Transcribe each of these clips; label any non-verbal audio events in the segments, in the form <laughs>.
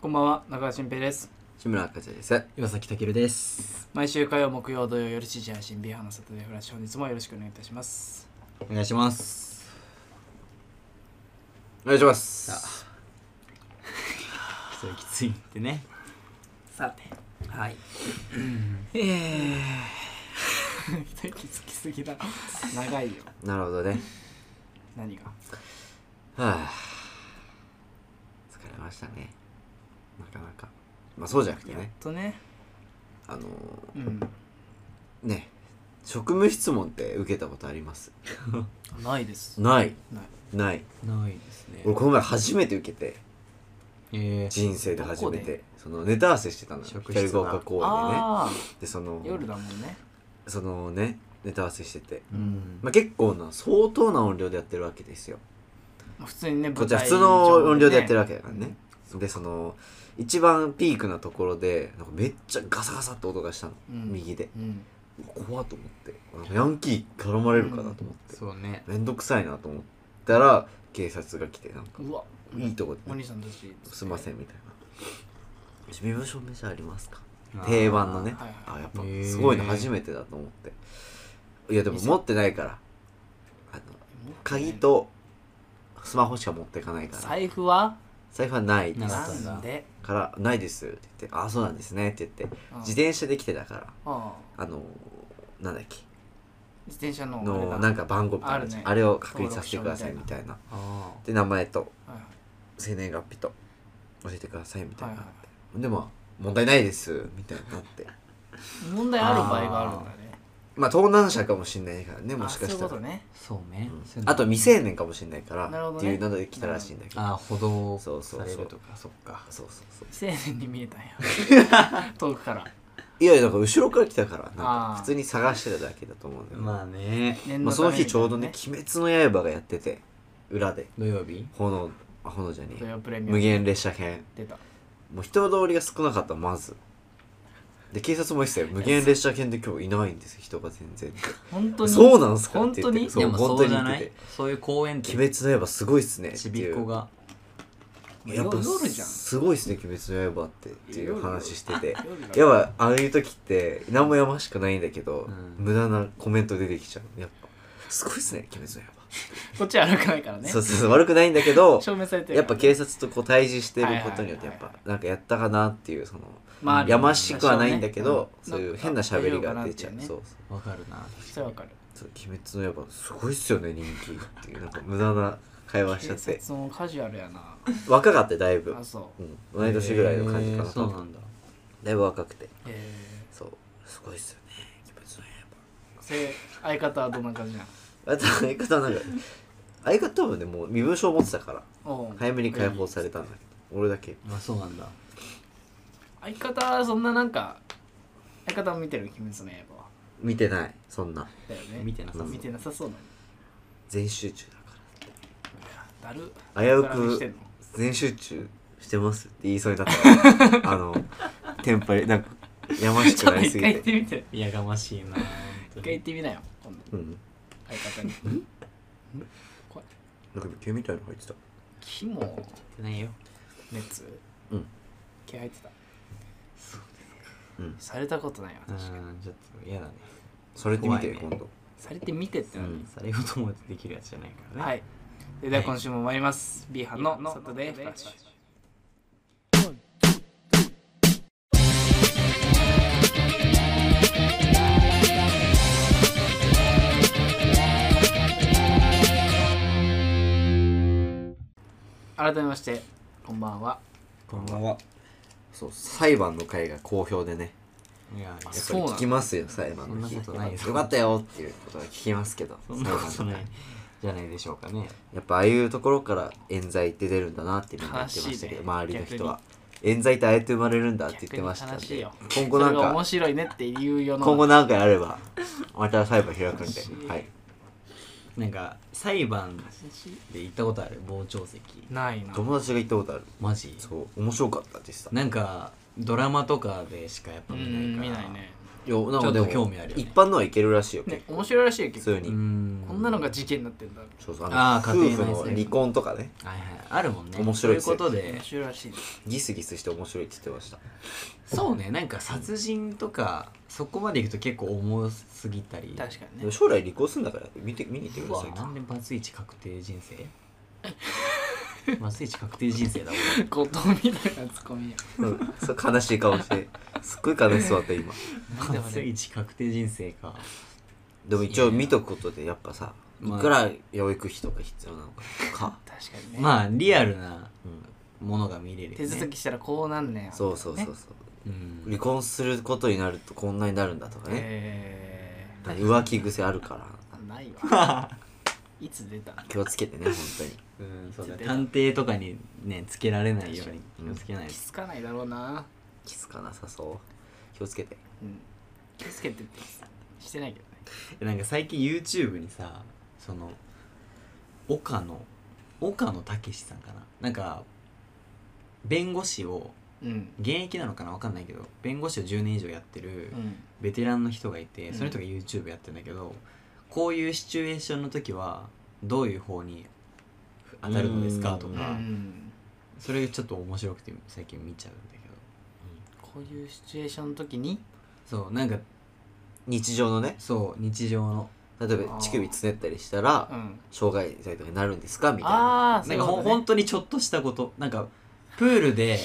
こんばんは中川新平です志村赤ちゃんです。岩崎たけるです。毎週火曜木曜土曜夜7時配信ビーハーのサタデーフラッシュ本日もよろしくお願いいたしますお願いします。お願いします。 <laughs> それきついってね。さてはい。ええー、一息つきすぎだ <laughs> 長いよなるほどね。何がはあ。疲れましたね。なかなか。まあそうじゃなくてやっね。とねあのうんー、ね。職務質問って受けたことありますないですない。ないない。ないですね。俺この前初めて受けて。えー、人生で初どめこて。そのネタ合わせしてたのよ。職光質がだ丘公園でね。ああで、その、夜だもんねそのね、ネタ合わせしてて。うん。まあ結構な、相当な音量でやってるわけですよ。まあ普通にねこっちは舞普台通の音量でやってるわ上けだからね、でその一番ピークなところでなんかめっちゃガサガサって音がしたの、うん右ででね怖っと思ってなんかヤンキー絡まれるかなと思って、そうね。めんどくさいなと思ったら警察が来てなんかうんうわいいとこで、お兄さんたちすいませんみたいな「身分証明書ありますか?」あー定番のねはいあはいやっぱへーすごいの初めてだと思っていやでも持ってないからあの鍵とスマホしか持ってかないから財布は財布はないでなすかなったんだんでから「ないです」って言って「ああそうなんですね」って言ってうん自転車で来てたからあああのーなんだっけ自転車のあれのだなんか番号みたいなのあ,、あるねれを確認させてくださいみ登録たいなあで名前とはいはい生年月日と教えてくださいみたいはな、いはでまあ問題ないですみたいになって問題ある場合があるんだねまあ盗難車かもしれないからねあもしかしたらそういうことねーそうね。うんそういうのあと未成年かもしれないから、なるほどねっていうので来たらしいんだけどあー歩道そうそうそうされるとか、そっか。そうそうそう未成年に見えたん <laughs> や遠くからいやいやなんか後ろから来たからなんあかー普通に探してただけだと思うんだよねまあね。念まあ、そためのに日ちょうどね「鬼滅の刃」がやってて裏で土曜日炎あ炎じゃね土え曜プレミアム無限列車編出たもう人通りが少なかったまずで警察も言ってたよ無限列車編で今日いないんですよ人が全然本当にそうなんすか本当にって言ってそう本当に言っててそういう公園っ「て鬼滅の刃すごいっすね」ってちびいっこうが。やっぱよ夜じゃんすごいっすね「鬼滅の刃」ってっていう話してて夜だやっぱああいう時って何もやましくないんだけど、うん無駄なコメント出てきちゃうやっぱ「すごいっすね鬼滅の刃」こっちは歩かないからねそうそうそう悪くないんだ <laughs> けど証明されてるやっぱけ警察とこう対峙してることによってやっはぱいはなんかやったかなっていうそのまあやましくはないんだけど多そ少うねいう変な喋りが出ちゃうなんかそうわかるな。そうわかるそう「鬼滅の刃」すごいっすよね人気っていうなんか無駄な会 <laughs> 話しちゃ警って察もカジュアルやな若かってだいぶあ、そううん、同い年ぐらいの感じかへなーそうなんだ。だいぶ若くてえそうすごいっすよね鬼滅ーのそれ相方はどんな感じなん刃あと相方なんか相方多分ねもう身分証持ってたからおう早めに解放されたんだけど俺だけまあそうなんだ。相方はそんななんか相方も見てる鬼滅の刃は見てないそんなだよね見てなさそう見てなさそうなの全集中だだからる危うくだから見してんの全集中してますって言いそうになったから <laughs> あのテンパりなんかやましちくょっなとりす一回ぎ行っててみていやがましいな。一回行ってみなよ今度うん相方にこれなんか毛みたいなの入ってたキモってないよ。熱うん気入ってたうんされたことないわう私ん、ちょっと嫌だね。それって見て、怖いね今度されてみてってなうんされようと思ってできるやつじゃないからね。はいそれでは今週も参ります、B 班のサタデーフラッシュ改めましてこんばんはこんばんは。そう裁判の会が好評でねいや、やっぱそうりなんだ聞きますよ裁判の日そんなことないですよかったよっていうことは聞きますけどそんなこ裁と判のな会いじゃないでしょうかね。やっぱああいうところから冤罪って出るんだなってみんな言ってました悲しいけど、ね周りの人は冤罪ってああやって生まれるんだって言ってましたん逆にで悲しいよ今こ後なれんがか面白いねっていうような今後なんかやればまた裁判開くんで悲しいはいなんか、裁判で行ったことある傍聴席。ないな友達が行ったことあるマジそう面白かったでしたなんか、ドラマとかでしかやっぱう見なんいから。見ないねいやなんかでちょっと興も味あるよね一般のはいけるらしいよね結構面白いらしいよ普結通構うにんこんなのが事件になってんだそうそうああーの夫家庭婦内の性離婚とかねはいはいあるもんね面白いですそういようことで面白いらしいですギスギスして面白いって言ってましたそうねなんか殺人とかそこまでいくと結構重すぎたり確かにでもね将来離婚するんだから見て見に行ってくださいってなんでバツイチ確定人生 <laughs> バツイチ確定人生だもん後藤みたいなツッコミやうんそう悲しい顔してすっごい悲しそうだった今 <laughs> なんでバツ俺イチ確定人生かでも一応見とくことでやっぱさいまあくら養育費とか必要なのかと <laughs> か、確かにねまあリアルなうんものが見れるよね手続きしたらこうなんねやそうそうそねうそうう離ん婚することになるとこんなになるんだとかね、え浮気癖あるからーないわいつ出た気をつけてね本当にうんそうだ探偵とかにねつけられないように気をつけない気とづかないだろうな気づかなさそう気をつけてうん気をつけてってしてないけどねなんか最近 YouTube にさその岡野岡野武さんかななんか弁護士をうん現役なのかなわかんないけど弁護士を10年以上やってるうんベテランの人がいてうんその人が YouTube やってんだけど、こういうシチュエーションの時はどういう方に当たるのですかとううんかんそれちょっと面白くて最近見ちゃうんだけどこういうシチュエーションの時にそうなんか日常のねそう日常の例えば乳首つねったりしたらうん障害罪とかになるんですかみたいなああなんかほん本当にちょっとしたことなんかプールで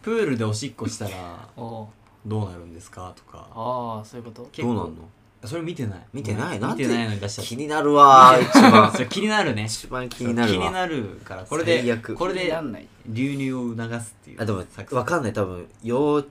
プールでおしっこしたらおうどうなるんですかとかああそういうこと結どう構なんのそれ見てない見てないなん見でてないのに出しちゃった気になるわー一番 <laughs> それ気になるね一番気になるわ気になるからこれで最悪これ気にでなんない流入を促すっていうあでも作戦わかんない多分幼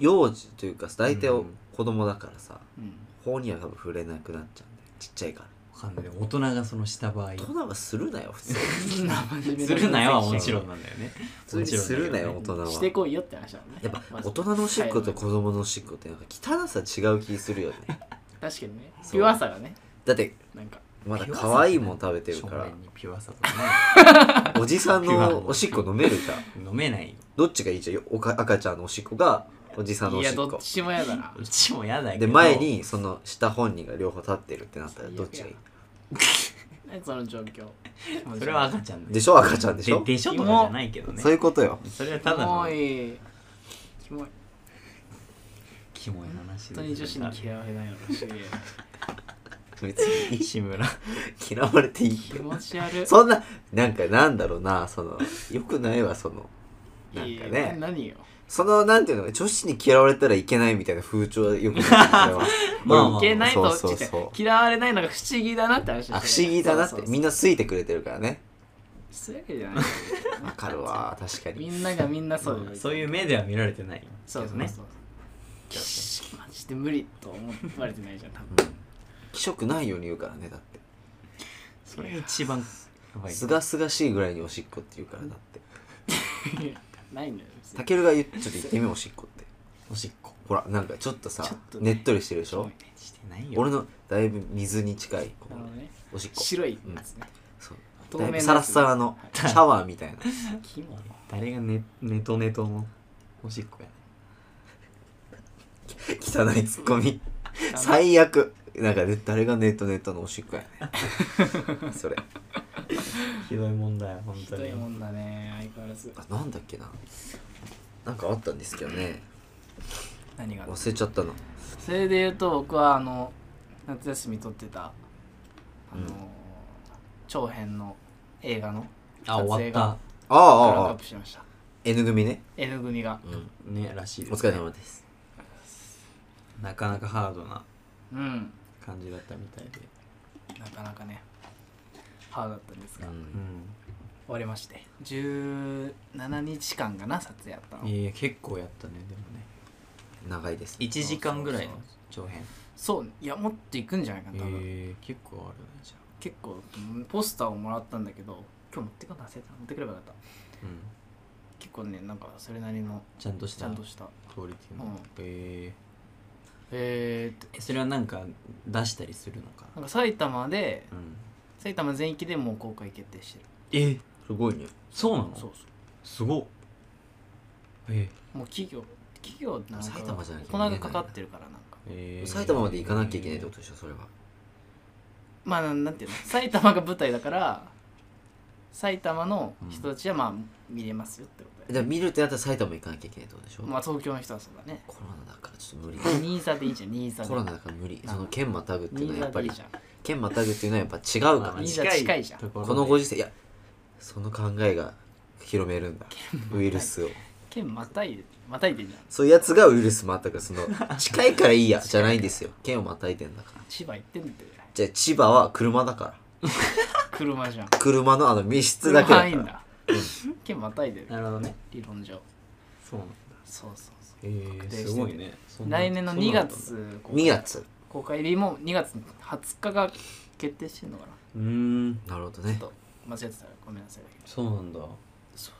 幼児というか大体うん子供だからさ、うん法には多分触れなくなっちゃうんだよちっちゃいからわかんない大人がそのした場合大人はするなよ普通 <laughs> にそんな真面目するなよはもちろんんなんだよね普通にするなよ大人はしてこいよって話だもんねやっぱ大人のおしっこと子供のおしっこってなんか汚さ違う気するよね確かにねそうピュアさがねだってなんかまだ可愛いもん食べてるか正面らにピュアさとおじさんのおしっこ飲める <laughs> かね飲めないよどっちがいいじゃんおか赤ちゃんのおしっこがおじさんのおいしっやどこっちも嫌だな <laughs> うちもやだけどで前にその下本人が両方立ってるってなったらどっちがいい何その状況 <laughs> それは赤ちゃんだよでしょ赤ちゃんでしょででしょとかじゃないけどねそういうことよそれはキただのモいキモいキモい話本当に女子に嫌われないのかしら別 <laughs> にいい志村 <laughs> 嫌われていい気よ持ち悪い <laughs> そんななんかなんだろうなそのよくないわそのなんいかやね何よそのなんていうの女子に嫌われたらいけないみたいな風潮はよくない <laughs> それはまあいまあけないとそうそうちょそっとう嫌われないのが不思議だなって話あ不思議だなってそうそうそうみんな好いてくれてるからねそういうわけじゃないわかるわ確かみにんながみんなそう <laughs> まあそういう目では見られてないそうそうそうマジで無理と思われてないじゃん多分気色ないように言うからねだってそれが一番やばいすがすがしいぐらいにおしっこって言うからだってないのよ別にたけるが言ってちょっと言ってみようおしっこっておしっこほらなんかちょっとさちょっとねねっとりしてるでしょしてないよ俺のだいぶ水に近いこあののねおしっこ白いやつねそう透だい明ぶサラッサラのシャワーみたいなキモ誰がねネトネトのおしっこやね汚いツッコミ最悪なんか、ね、誰がネットネットのおしっこやねそれひどい問題本ひ当どにいもんだね相変わらずあなんだっけななんかあったんですけどね何が忘れちゃったのそれで言うと僕はあの夏休み撮ってたあの、うん長編の映画のあ終わったああクランあクアあッあプしました N 組ね、 N 組がうん、ねらしいお疲れ様ですなかなかハードなうん感じだったみたいでなかなかねハードだったんですうが、終うわりまして17日間かな撮影やったのんいや結構やったねでもねん長いです1時間ぐらいの長編そういやもっといくんじゃないかな多分、えー結構あるねじゃ結構うんポスターをもらったんだけど今日持ってくの忘れた持ってくればよかったあうん結構ねなんかそれなりのちゃんとしちたゃんクとしたオリティのうんええー、っーそれはなんか出したりするのとかななんか埼玉でうん埼玉全域でもう公開決定してるえすごいねそうなのそうすごっえそうもう企業企業なんか埼玉じゃなきゃこの間かかってるからなんかええー埼玉まで行かなきゃいけないってことでしょそれはまあなんなんていうの埼玉が舞台だから埼玉の人たちはまあ見れますよってことだよじゃあ見るってなったら埼玉行かなきゃいけないってことでしょ、まあ東京の人はそう <laughs> だねコロナだからちょっと無理新座でいいじゃん新座でコロナだから無理その県またぐっていう新のはや座っぱでいいりじゃん県またぐっていうのはやっぱ違うかまあら、まあいいじゃん近いじゃんところこでのご時世いやその考えが広めるんだウイルスを県またいでまたいでんじゃんそういうやつがウイルスもあったからその近いからいいやじゃないんですよ県をまたいでんだから千葉行ってんだってじゃあ千葉は車だか車じゃんら車のあの密室だけ車だかいいんらだ県またいでるなるほどね理論上そうなんだそうそうそえ定しー、ててすごいねそうんな来年のそんな2んだった月んだ公開2月公開入りも2月20日が決定してんのかなうーんなるほどちょっねと間違ってたらごめんなさいだけどそうなんだそうそう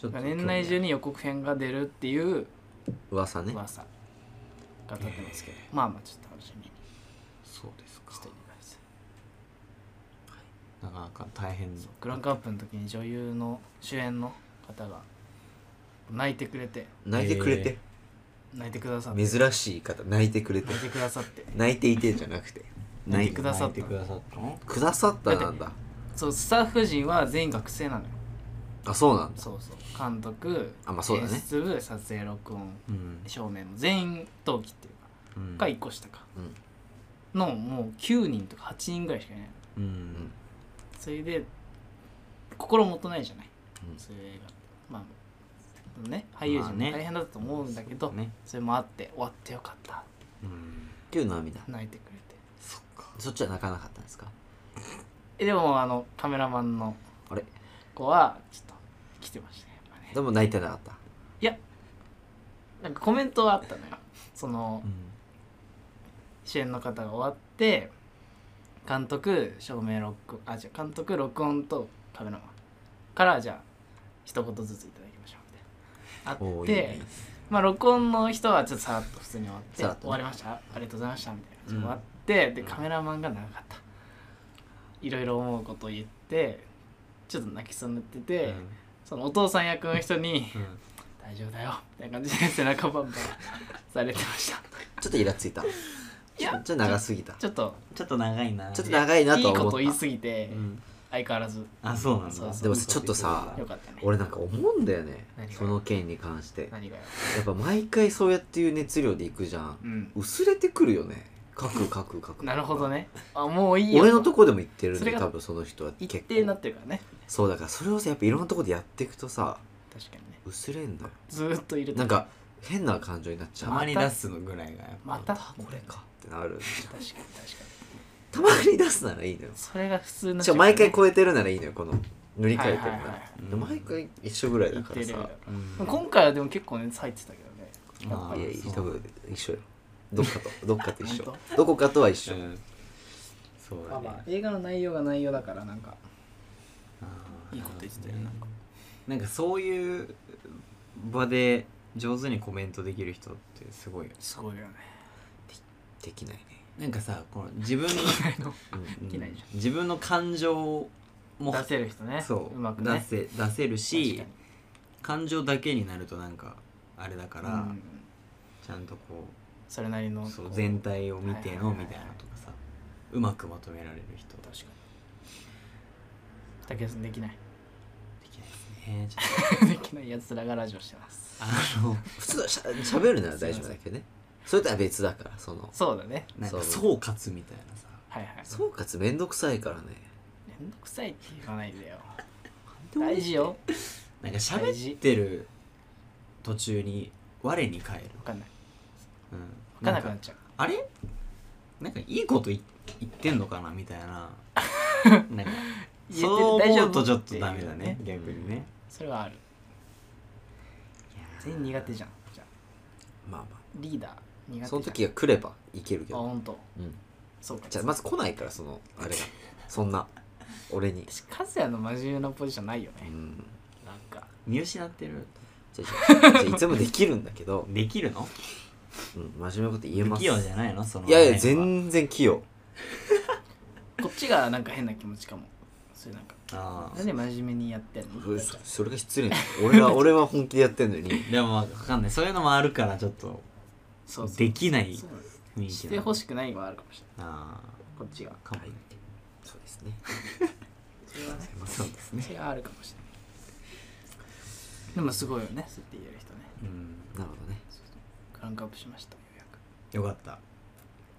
ちょっと年内中に予告編が出るっていう噂ね噂が立ってますけど、まあまあちょっと楽しみにそうですかしていてくださいなかなか大変そうクランクアップの時に女優の主演の方が泣いてくれて泣いてくれて、泣いてくださって珍しい方泣いてくれて泣いてくださって泣いていてじゃなくて泣い泣いてくださった泣いてくださったのくださったなんだそうスタッフ陣は全員学生なのよあそうなんだそうそう監督あまあそうだね演出部撮影録音うん照明も全員同期っていうか、うんが1個下かうんのもう9人とか8人ぐらいしかいないのうんそれで心もとないじゃない、うんそういう映画ってまあそのね俳優陣まあもね大変だったと思うんだけど、そうねそれもあって終わってよかったうんっていう涙泣いてくれてそっかそっちは泣かなかったんですかえでもあのカメラマンのあれ子はちょっと来てましたねやっぱねでも泣いてなかったいやなんかコメントはあったのよそのうん主演の方が終わって監督照明録音あじゃ監督録音とカメラマンからじゃあ一言ずついただきましょうおみーたいなあっいていねまあ録音の人はちょっとさらっと普通に終わって、さらっとね終わりましたありがとうございましたみたいな感じで終わって、でカメラマンが長かったいろいろ思うことを言ってちょっと泣きそうになってて、そのお父さん役の人にうん「大丈夫だよ」みたいな感じで背中バンバンされてましたちょっとイラついたいやちょっと長すぎたちょっとちょっと長いなちょっと長いなといいはこ思とっ言いたすぎて、うん相変わらずあそうなんそうだそうでもさちょっとさよかったね俺なんか思うんだよね何がその件に関してや何がよっぱ毎回そうやっていう熱量でいくじゃんうん薄れてくるよね書く書く書くなるほどねあもういいよ俺のとこでも言ってるそんれでが多分その人は一結定にな構ってるからねそうだからそれをさやっぱいろんなとこでやっていくとさ確かにね薄れんだよずーっといるとなんか変な感情になっちゃたうまに出すのぐらいがやっぱまたこれかってなる確かに確かにたまに出すならいいのよそれが普通のしかも毎回超えてるならいいのよこの塗り替えてるはいはいはいなはら毎回一緒ぐらいだか一定らレベルださかうんら今回はでも結構熱入ってたけどねやっぱあいりやいそうや多分一緒よどっかと <laughs> どっかと一緒本どこかとは一緒うんそうまだあまあね映画の内容が内容だからなんかあーいいこと言ってたよなんかなんかそういう場で上手にコメントできる人ってすごいよねすごいよねできないねなんかさこの自分のうんできないじ自分の感情も出せる人ねそううまくね出せ出せるし確か感情だけになるとなんかあれだから、にうんちゃんとこそれなりのうそうこう全体を見てはいはいのはいはいみたいなとかさうまくまとめられる人確かに竹内さんできないできないですねちょっできないやつらがラジオしてますと <laughs> あの普通はしゃ喋るなら大丈夫だけどねそれとは別だからそのそうだねなんかそ総括みたいなさはいはい総括めんどくさいからねめんどくさいって言わないでよ大事よなんか喋ってる途中に我に返る、分かんないうん、分かんなくんなかっちゃうあれなんかいいことい言ってんのかなみたい <laughs> ななんか言えてるそう大丈思う夫とちょっとダメだねっていう逆にねそれはある全員苦手じゃんじゃあまあまリーダー苦手じゃあんその時が来ればいけるけあど本当うんそうかじゃあまず来ないからそのあれがそんな俺に私和也の真面目なポジションないようねんなんか見失ってるじゃあじゃあじゃあいつもできるんだけど、できるのうん、真面目なこと言え不ます器用じゃないのそのいやいや辺は全然器用こっちがなんか変な気持ちかもそれなんかあなんで真面目にやってんのそそれが失礼なの俺は俺は本気でやってんのにあでもまあわかんないそういうのもあるからちょっとそうそうできないそう雰囲気してほしくないのはあるかもしれないあこっちがあかもね、そうですねそれはねそうですねそれはあるかもしれないでもすごいよねそうやって言える人ねうんなるほどねそうそうクランクアップしましたようやくよかった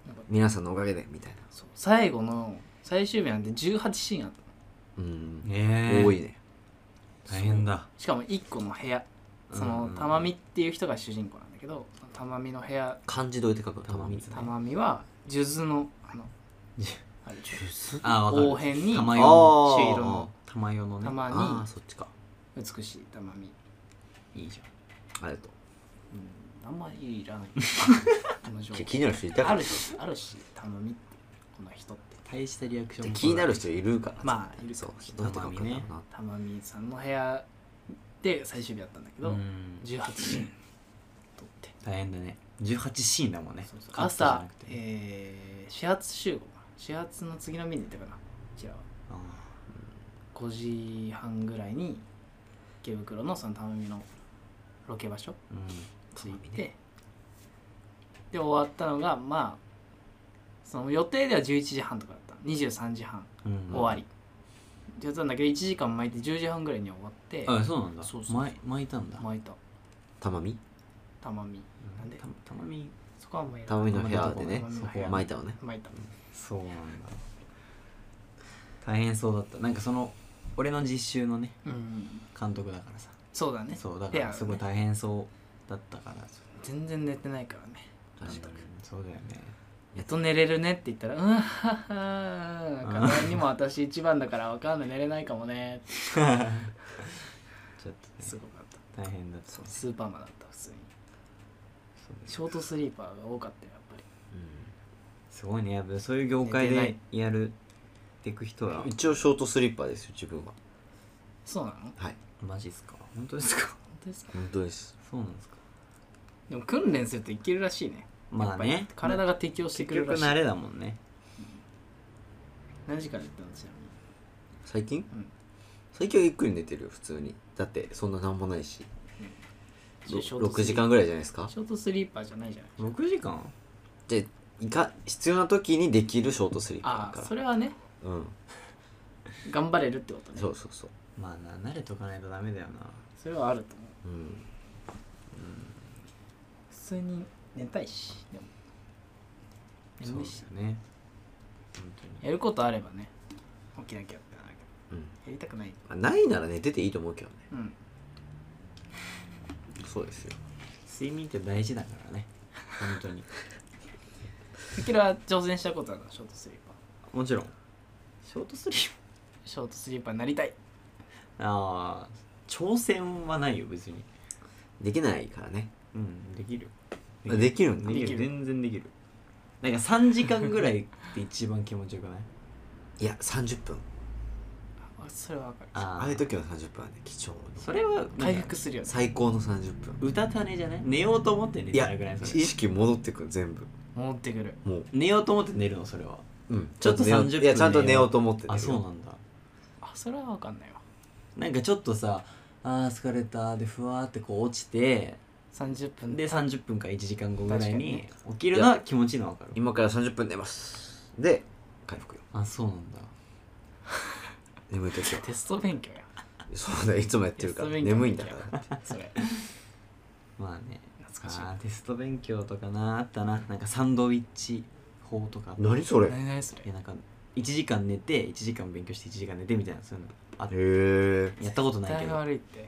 なんか皆さんのおかげでみたいなそう最後の最終日なんて18シーンあったのうん、ねえ多いね大変だしかも1個の部屋そうんのうんうん玉美っていう人が主人公なんだけどその玉美の部屋漢字どうやって書くの玉水玉美は数珠のあのじあれでしょああ後分かる編に玉あ代ー朱色の玉代のね玉あーにそっちか美しい玉美いいじゃんありがとうんあんまりいら <laughs> ないこの情う報気気になる人いたかあらるしあるし玉美ってこの人って大したリアクションも気になる人いるからまあいるそうそうどうやって書くんだろうな玉美さんの部屋で最終日やったんだけうど、ん18シーン撮って大変だね18シーンだもんねそうそうカットじゃ朝なく、てえー、始発集合かな始発の次の便で行ったかなこちらはあ5時半ぐらいに池袋のその頼みのロケ場所ーうん着いて、で終わったのがまあその予定では11時半とかだったの23時半うん終わり、ってやつなんだけど1時間巻いて10時半ぐらいには終わってあそうなんだそうそう巻い巻いたんだ巻いた玉見玉見なんでたたまみそこはもうやら玉ない見の部屋でね玉美の部屋巻いたのね巻いたそうなんだ大変そうだったなんかその俺の実習のねうん監督だからさそうだねそうだかペアのらねすごい大変そうだったから全然寝てないからね確かにそうだよねやっと寝れるねって言ったら「うんはは課題にも私一番だからわかんない寝れないかもね」ってちょっとすねごかった大変だったそうスーパーマンだった普通にシだよョートスリーパーが多かったよやっぱりすごいねやっぱそういう業界寝てでやるっていく人はうん一応ショートスリッパですよ自分はそうなの本はいマジっすか本当ですか当ですか本当ですそうなんですかでも訓練するといけるらしいねまやあねっぱり体が適応してく結る局らしい慣れだもんね何時間やったんですよ最近、うん最近はゆっくり寝てるよ普通にだってそんななんもないしろショートスリー6時間ぐらいじゃないですかショートスリーパーじゃないじゃない6時間でいか必要な時にできるショートスリッあパあだかそれはねらうん頑張れるってことねそうそうそうまあな慣れとかないとダメだよなそれはあると思ううん普通に寝たいしでもそう眠いでしすよね本当にやることあればね起きなきゃってなるけうんどやりたくないまあないなら寝てていいと思うけどねうんそうですよ睡眠って大事だからね本当にキラは挑戦したことあるのショートスリーパー <laughs> もちろんショートスリーショートスリーパーになりたいパーああ挑戦はないよ別にできないからねうんできるあできるんだできできるる全然できるなんか3時間ぐらいって一番気持ちよくないいや30分あそれはわかる <laughs> あああいう時の30分はね貴重のそれは回復するよね最高の30分うたた寝じゃない寝ようと思って寝いてやなくない意それ識戻ってくる全部戻ってくるもう寝ようと思って寝るのそれはうんちょっと寝よう30分いやちゃんと寝ようと思ってあそうのなんだあそれはわかんないわなんかちょっとさあー疲れたでふわーってこう落ちて30分で30分か1時間後ぐらいに確起きるのは気持ちいいの分かる今から30分寝ますで回復よあそうなんだ眠い時はテスト勉強やそうだよいつもやってるからテスト勉強眠いん <laughs> だからそれまあね懐かしいあーテスト勉強とかなあったななんかサンドイッチ法とか何それへ何々それえなんか1時間寝て1時間勉強して1時間寝てみたいなそういうのあってえやったことないけ体がど悪いって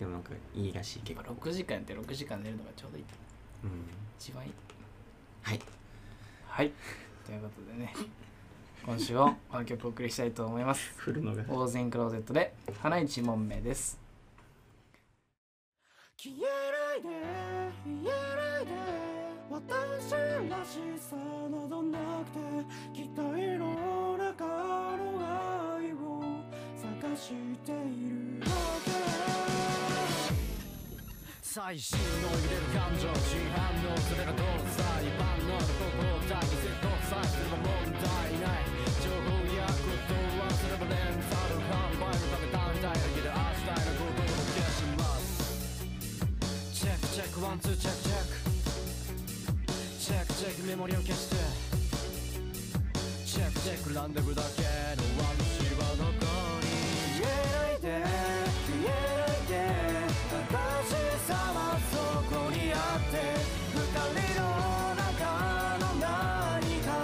でもなんかいいらしいや結っぱ構、 6時間やって6時間寝るのがちょうどいいってうん、一番いいはいはいということでね今週もこの曲をお送りしたいと思います振るのがオーゼンクローゼットで花一問目です消えないで言えないで私らしさなどなくて期待の中の愛を探しているだけ最新の揺れる感情真反応それがどうさ一般の心体見せとさすれば問題ない情報やことはそればレンタル販売のため単体だけで明日へのことを消しますチェックチェックワンツーチェックチェックチェックチェックメモリを消してチェックチェックランデブだけの私は残り言えないで言えないで正しさはそこにあって二人の中の何か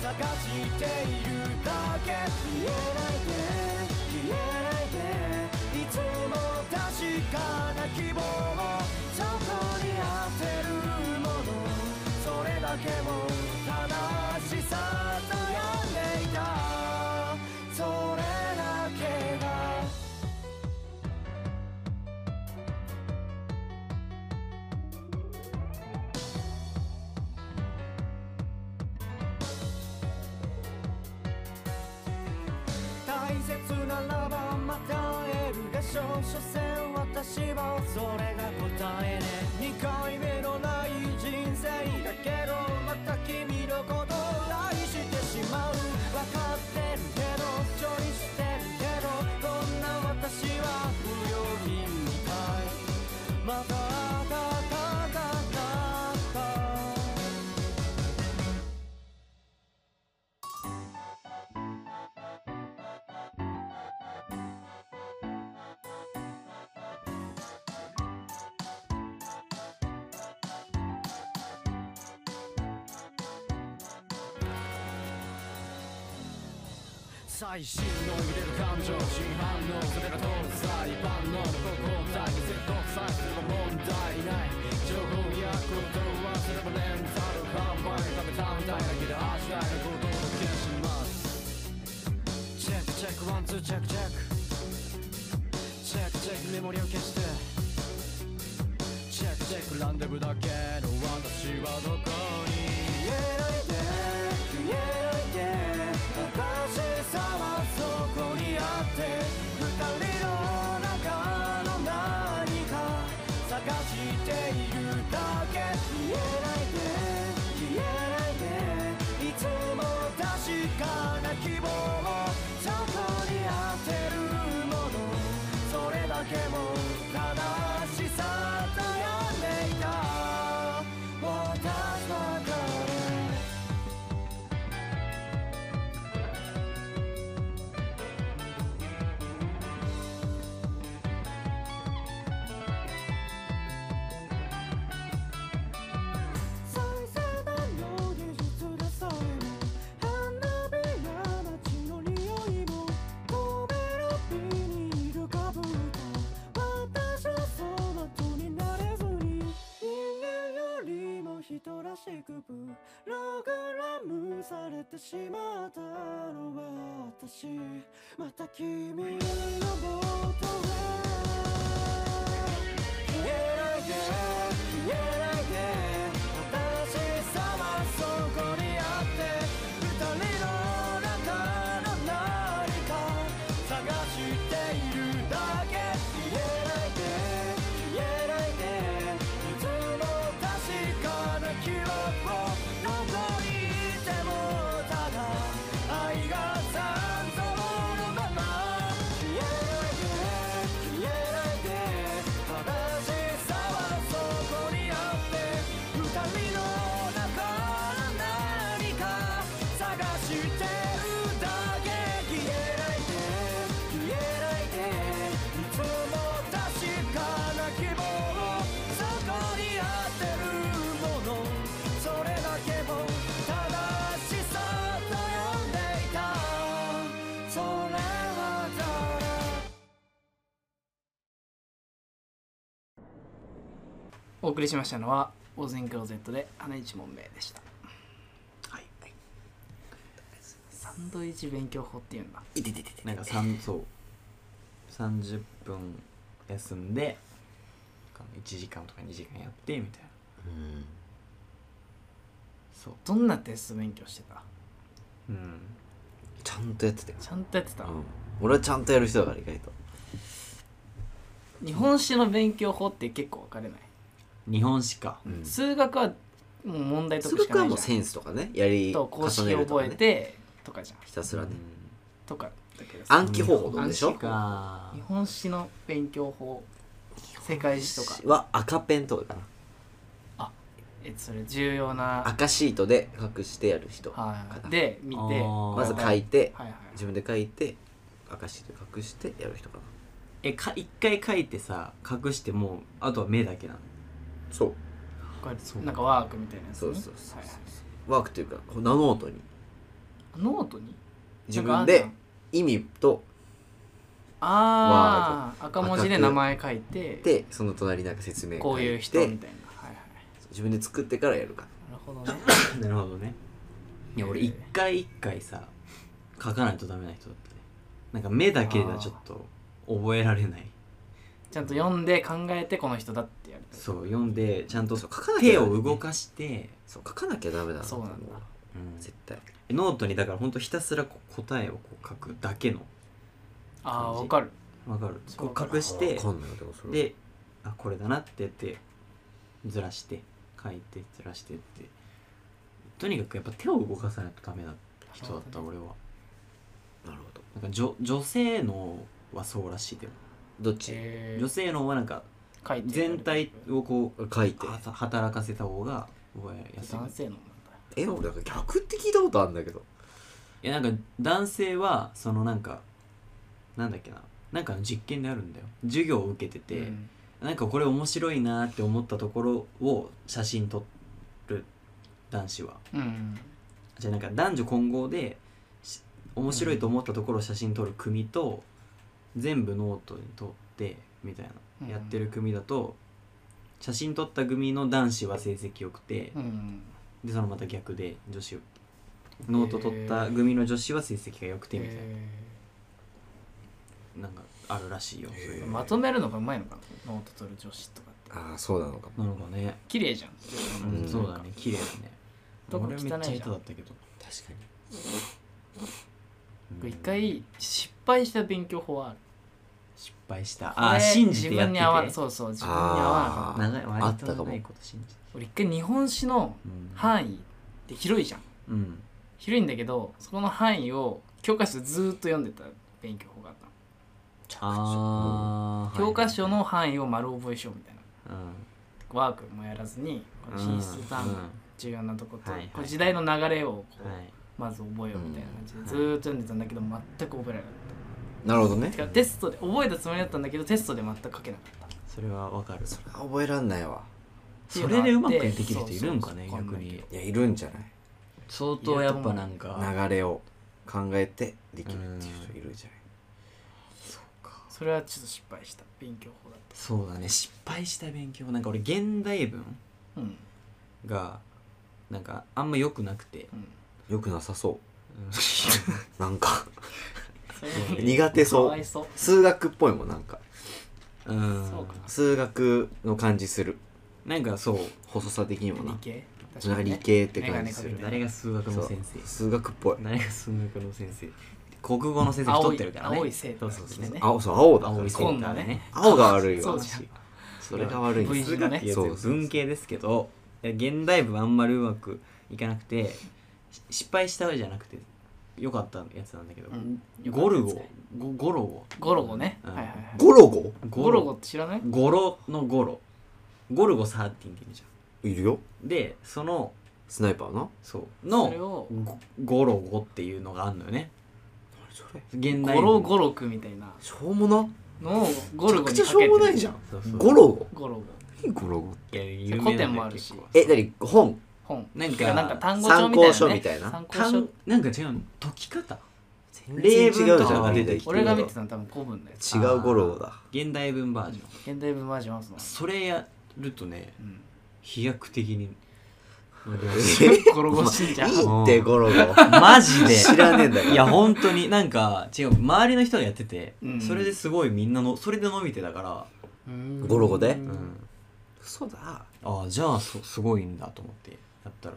探しているだけ言えないで言えないでいつも確かな希望そこに当てるものそれだけを正しさと呼んでいたそれだけが大切ならばまた会えるでしょう所詮私はそれが答えね2回目のない人生だけどまた君のことを愛してしまう分かってるけど処理してるけどこんな私は不用品みたいまたただただただ最新の揺れる感情真反応それが通る際万能の心を抱き絶好さすれば問題ない情報やことを忘ればレンタル販売食べたみたいだけど味わえることを消しますチェックチェックワンツーチェックチェックチェックチェックメモリを消してチェックチェックランデブだけの私はどこに言えないで言えないで正しさはそこにあって二人の中の何か探しているだけ言えないで言えないでいつも確かな希望をそこに当てるものそれだけも正しさと呼んでいた私は彼最先端の技術でさえも花火や街の匂いも飛べるビニールかぶった私はその後になれずに人間よりも人らしくプログラムされてしまったのは私また君の元へ言えないで言えないで私さはそこにあって二人の中の何か探しているだけ言えないで言えないでいつも確かな記憶をどこにいてもただ愛が残像のまま言えないで言えないで正しさはそこにあって二人の中の何か探してるだけ消えないで消えないでいつも確かな希望をそこに当てるものそれだけを正しさと呼んでいたそれは誰お送りしましたのは「オーズインクローゼット」で「花一問名」でしたはいはいサンドイッチ勉強法っていうんだいててててなんか三そう30分休んで1時間とか2時間やってみたいなうんそうどんなテスト勉強してたうんちゃんとやってたよちゃんとやってた、うん俺はちゃんとやる人だから意外と日本史の勉強法って結構分かれない、日本史かうん数学はもう問題と数かしか学なはいもうじゃセンスとかねやりんと公重式ねると覚かえねてとかじゃんひたすらねとかだけどさ暗記方法とかでし暗ょ記か日本史の勉強法世界史とかは赤ペンとかかなあえっとそれ重要な、赤シートで隠してやる人かは、ないで見てあーまず書いてはいはい自分で書いて赤シートで隠してやる人かなえか一回書いてさ隠してもうあとは目だけなのそうこれそうなんかワークみたいなやつ、そね、うそうそうはいはいワークというかこうナノートにノートに自分でなんか意味とああー赤ク文字で名前書いてでその隣になんか説明書いてこういう人みたいなはいはい自分で作ってからやるかなるほどねなるほどねいや俺えー一回一回さ書かないとダメな人だったねなんか目だけではちょっと覚えられないちゃんと読んで考えてこの人だってやるそう読んでちゃんとそう書かなきゃ手ダメを動かして、そう書かなきゃダメだなそうなんだと思絶対ノートにだからほんとひたすらこう答えをこう書くだけのああ感じわかるわかるこわかうる隠してわかんないでもそれであこれだなってやってずらして書いてずらしてってとにかくやっぱ手を動かさないとダメな人だった俺はなるほどなんか女女性のはそうらしいでもどっちえ女性のはなんか書いて全体をこう書いてはた働かせた方が覚えやすい男性のなんだえ俺なんか逆って聞いたことあるんだけどいやなんか男性はそのなんかなんだっけななんかの実験であるんだよ授業を受けてて、うんなんかこれ面白いなって思ったところを写真撮る男子はうんじゃあなんか男女混合でし面白いと思ったところを写真撮る組と、全部ノートに撮ってみたいな、うんやってる組だと写真撮った組の男子は成績良くて、うんでそのまた逆で女子ノート取った組の女子は成績が良くてみたいな、えなんかあるらしいよ、そういーうまとめるのがうまいのかなノート取る女子とかってああそうなのかもなるほどね、綺麗じゃんんそうだね綺麗だねどこ俺めっちゃ汚いじゃん下手だったけど確かに僕一回失敗した勉強法はある失敗したああこれ信じて自分やってにて合わなそうそう自分に合わなかっあー長い割あとったかも長いこと信じてた俺一回日本史のうん範囲って広いじゃんうん広いんだけどそこの範囲を教科書ずーっと読んでた勉強法があったのあー教科書はの範囲を丸覚えしようみたいないはいワークもやらずにこの品質単位うんうん重要なとこと、はいはいこう時代の流れをこううんはいまず覚えようみたいな感じでずーっと読んでたんだけど全く覚えられなかっなるほどねたてかテストで覚えたつもりだったんだけどテストで全く書けなかったそれはわかるそ覚えらんないわっていうのがあれってでうまくできる人いるんかねそうそう逆わかんないにいやいるんじゃない相当やっぱなんか流れを考えてできるっていう人いるんじゃないそれはちょっと失敗した勉強法だっそうだね失敗した勉強なんか俺現代文たうんがなんかあんま良くなくて <laughs> うんよくなさ <laughs> そうなんかそれも苦手かそわういそう数学っぽいもんなんかうんそうか数学の感じするなんかそう細さ的にも理な系なんか理系って感じするメガネかけて誰が数学のそう先生数学っぽい誰が数学の先生国語の先生太ってるからね青い生徒そうそうそうですね青そう青だ青い生セ徒ンターでね青が悪いそわうじゃんそれが悪いんです V 数字の学ねってやつそうそようそう文系ですけど現代文あんまりうまくいかなくてし失敗したじゃなくてよかったやつなんだけど、うんゴルよかっゴたやゴゴロゴゴロゴね、うんはいはいはいゴロゴゴロゴって知らないゴロのゴロゴルゴ13って言うじゃいるよんでそのスナイパーなそうそれのをゴゴロゴっていうのがあるのよねそれ現代ゴロゴロクみたいなしょうもなのをゴルゴめにちゃかけくちゃしてょうもないじゃんそうそうゴロゴゴロゴ何ゴロゴいや有名なんだよ古典もあるし結構え何本本なんいやかなんか単語帳みたいな、ね、参考書みたいな参考単書なんか違うの解き方例文と例文とかかが出出ててききてて俺が見てたの多分古文だよ違うゴロゴだ現代文バージョン現代文バージョンはその、それやるとねうん、飛躍的に <laughs> ゴロゴ信者い派いってゴロゴマジで知らねえんだからいや本当になんか違う周りの人がやってて、うんそれですごいみんなのそれで伸びてたから、うんゴロゴでうん嘘だああじゃあそすごいんだと思ってやったら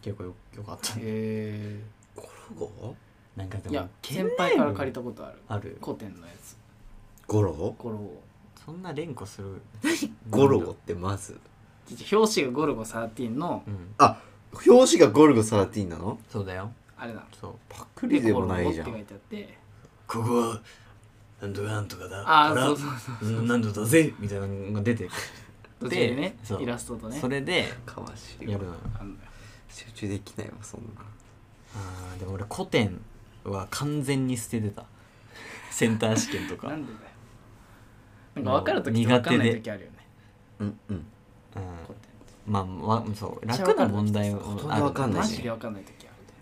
結構よよかった、ね、へゴロゴなんかでえもいや現先代輩文から借りたことあるある古典のやつゴロゴゴロゴそんな連呼するゴロゴってまず表紙がゴルゴ13のうんあ表紙がゴルゴ13なのそうだよあれだそうパクリでもないじゃゴロゴんって書いてあってここはなんとかなんとかだああそうそうそううんなんとだぜみたいなのが出て途中でねそうイラストとねそれでかわしいやるのよあんのよ集中できないわそんなあーでも俺古典は完全に捨ててたセンター試験となかんでだよなんか分かる時と分かんない時あるよねうんうんうん古典ってまあわそう楽な問題はちゃあわかんるないマしジで分かんない時あるんだよ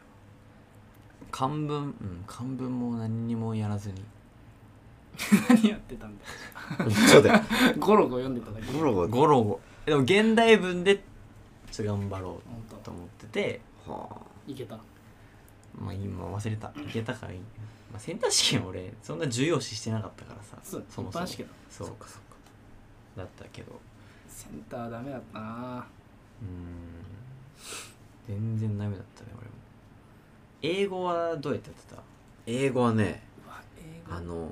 漢文うん漢文も何にもやらずに <laughs> 何やってたんだよそうだよゴロゴ読んでただけゴロゴロゴロゴでも現代文でちょっと頑張ろ本うと当思っててはあいけたまあ今忘れたいけたからいい、まあ、センター試験俺そんな重要視してなかったからさそうそも一そ般も試験だそうかそうかだったけどセンターダメだったなうーん全然ダメだったね俺も英語はどうやってやってた英語はねうわ英語あの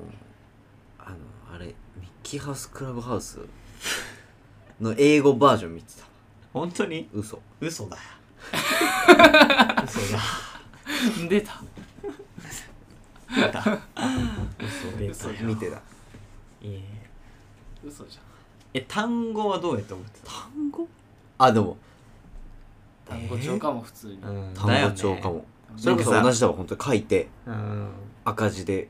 あのあれミッキーハウスクラブハウスの英語バージョン見てた本当に嘘嘘だ嘘だ出た出た嘘出た嘘よ見てたいえ嘘じゃえ単語はどうやって思ってた単語あでもん単語帳かも普通にうんだ単よ語ね帳かも、それこそ同じだわ本当に書いてうん赤字で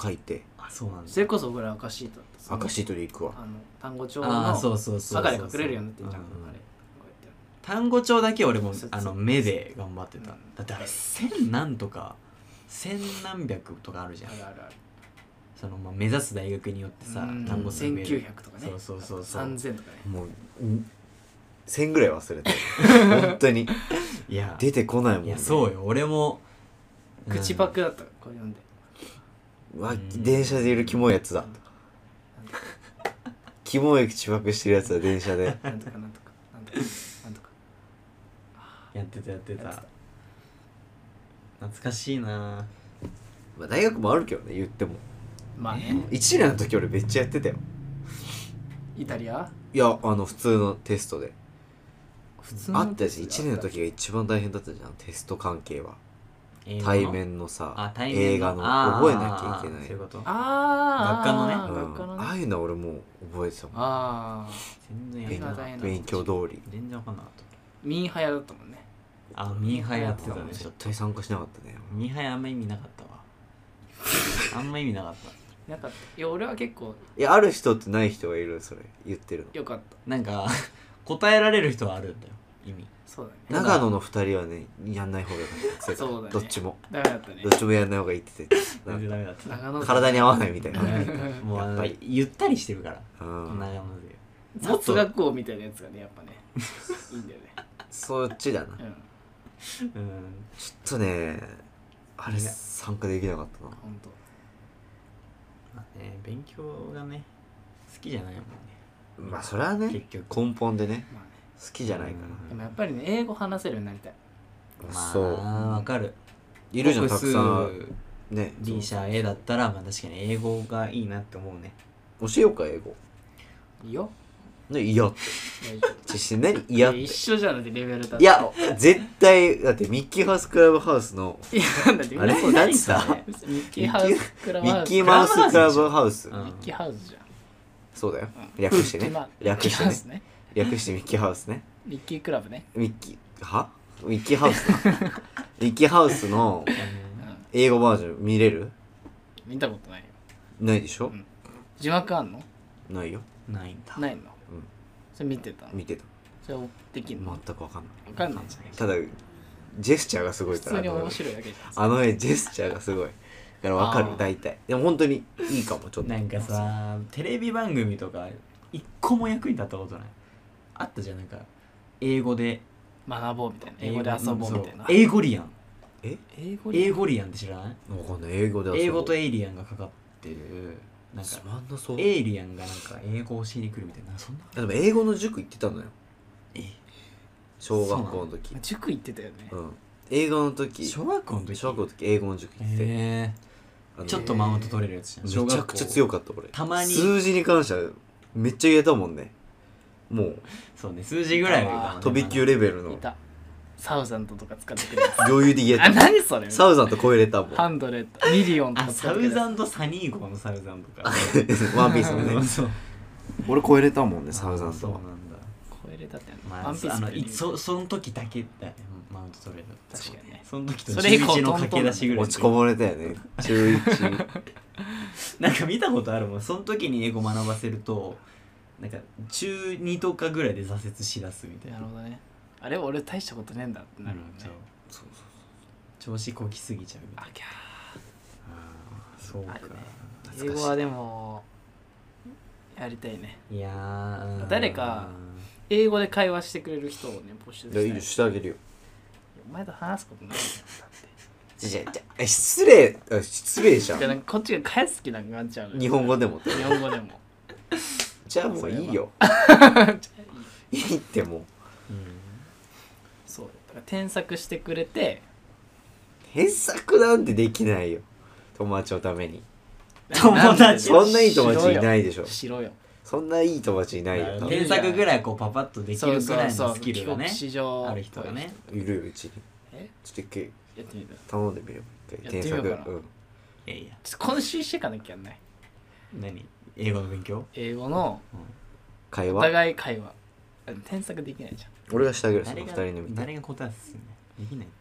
書いてあそうなんだそれこそ僕ら赤シートだった赤シートで行くわあの単語帳ああそうのそうそうそう中で隠れるようになってんじゃんうあれこうやってやる単語帳だけ俺もそうあそのう目で頑張ってた、うんだってあれ千何とか千何百とかあるじゃんあるあるあるその、まあ、目指す大学によってさうん単語数増える1900とかねそうそうそうそう3000とかねもうん1000ぐらい忘れて本当にいや出てこないもん、いね、やそうよよ俺も口パクだったこれ読んでわうん電車でいるキモいやつだキモい口パクしてるやつだ電車 <laughs> でなんとかなんとかなんとかなんとかやってたやってやったてた懐かしいなまあ大学もあるけどね言ってもまあね1年の時俺めっちゃやってたよイタリアいやあの普通のテストで普通あったしやつ1年の時が一番大変だったじゃんテスト関係は英語の対面のあさ対面映画のあー覚えなきゃいけあーないそういうことああ学科うん学科のあねあいうのは俺もう覚えてたもんああ全然や映れ画な大い変だ勉強通り全然わかんなかったミンハヤだったもんねあミーハーやってたいやもねうちょ絶っと対参加しなかったねミーハーあんま意味なかったわあんま意味なかったなんかったいや俺は結構いやある人ってない人がいるそれ言ってるの良かったなんか <laughs> 答えられる人はあるんだよ意味そうだね長野の二人はねやんない方がいいってそうだねどっちもダメだったねどっちもやんない方がいいって言って全然ダメだった長野体に合わないみたいなダメだったもうあやっのぱりゆったりしてるからうん長野で <laughs> 雑学校みたいなやつがねやっぱねいいんだよねそっちだなうちょっんうんとねあれね参加できなかったな本当まあね勉強がね好きじゃないもんねまあそれはね結局根本でねまあね好きじゃないかうんでもやっぱりね英語話せるようになりたいらまあそうわかるいるじゃん国たく数さんね B 社 A だったらまあ確かに英語がいいなって思うね教えようか英語いいよねいやって大丈夫実際 <laughs> 何いやっいてや一緒じゃんだってレベルだいや絶対だってミッキーハウスクラブハウスのいやなんだってあれ嘘何さミッキーハウスクラブミハッウスキーマウスクラブハウスうんミッキーハウスじゃんそうだよ略してミッキーねマ略しミッキーハてウねスね略してミッキーハウスねミッキークラブねミッキーはミッキーハウスな <laughs> ミッキーハウスのうん英語バージョン見れる見たことないよないでしょ、字幕あんのないよないんだないのうんそれ見てたの見てたそれでき全んくのわ分かんないかんないじゃんただジェスチャーがすごい普から通に面あ白いだけじゃんの絵ジェスチャーがすごいだから分かあるー大体でも本当にいいかもちょっとなんかさテレビ番組とか一個も役に立ったことないあったじゃんなんか英語で学ぼうみたいな英語で遊ぼうみたいなそ英語リアンえ英語英語リアンって知らない分かんない英語で遊ぼう英語とエイリアンがかかってるなんかつまんなそうエイリアンがなんか英語を教えに来るみたいなそんなでも英語の塾行ってたのよえ小学校の時塾行ってたよねうん英語の時小学校の時小学校の時英語の塾行ってて、えあのちょっとマウント取れるやつじゃんめちゃくちゃ強くかった俺たまに数字に関してはめっちゃ言えたもんねもうそうね数字ぐらいは飛び級レベルいのたサウザントとか使ってくるやつ余裕で言えあた何それサウザンと超えれたもん <laughs> ハンドレッドミリオンとあか <laughs> サウザンドサニー号のサウザンとか <laughs> ワンピースのねそう俺超えれたもんねササウウザンザンドそうはなんだ超えれたってやんまワあ、ンピースあよのりいそその時だけだよマウント取れる確かにねその時とそれ以降11の駆け出しぐらい落ちこぼれたよね <laughs> 中1なんか見たことあるもんその時に英語学ばせるとなんか中2とかぐらいで挫折しだすみたいななるほどねあれ俺大したことねえんだってなるもんねそうそうそう調子こきすぎちゃうみたいあなきゃあーそうあかるねー英懐かしい語はでもやりたいねいやー誰か英語で会話してくれる人をね募集しいたやいいいよしてあげるよお前と話すことないじじゃじゃえ失礼あ失礼じゃゃんてかなんんかこっちが返す気なくなっちゃうのよ日本語でもって日本語でもじゃあもういい <laughs> よいいってもうそうだから添削してくれて変作なんてできないよ友達のために友達そんないい友達いないでしょしろよそんないい友達いないよ多分添削ぐらいこうパパッとできそるうぐそらういそのうスキル帰が国ね子女ある人がねいるようちにえちょっと一回やってみる頼んでみればや一って回み添よう削かなうんいやいやちょっと今週していかなきゃね何英語の勉強英語の会お話互い会話あ添削できないじゃん俺がしてあげるその誰二が人に見て誰が答えすんねできないって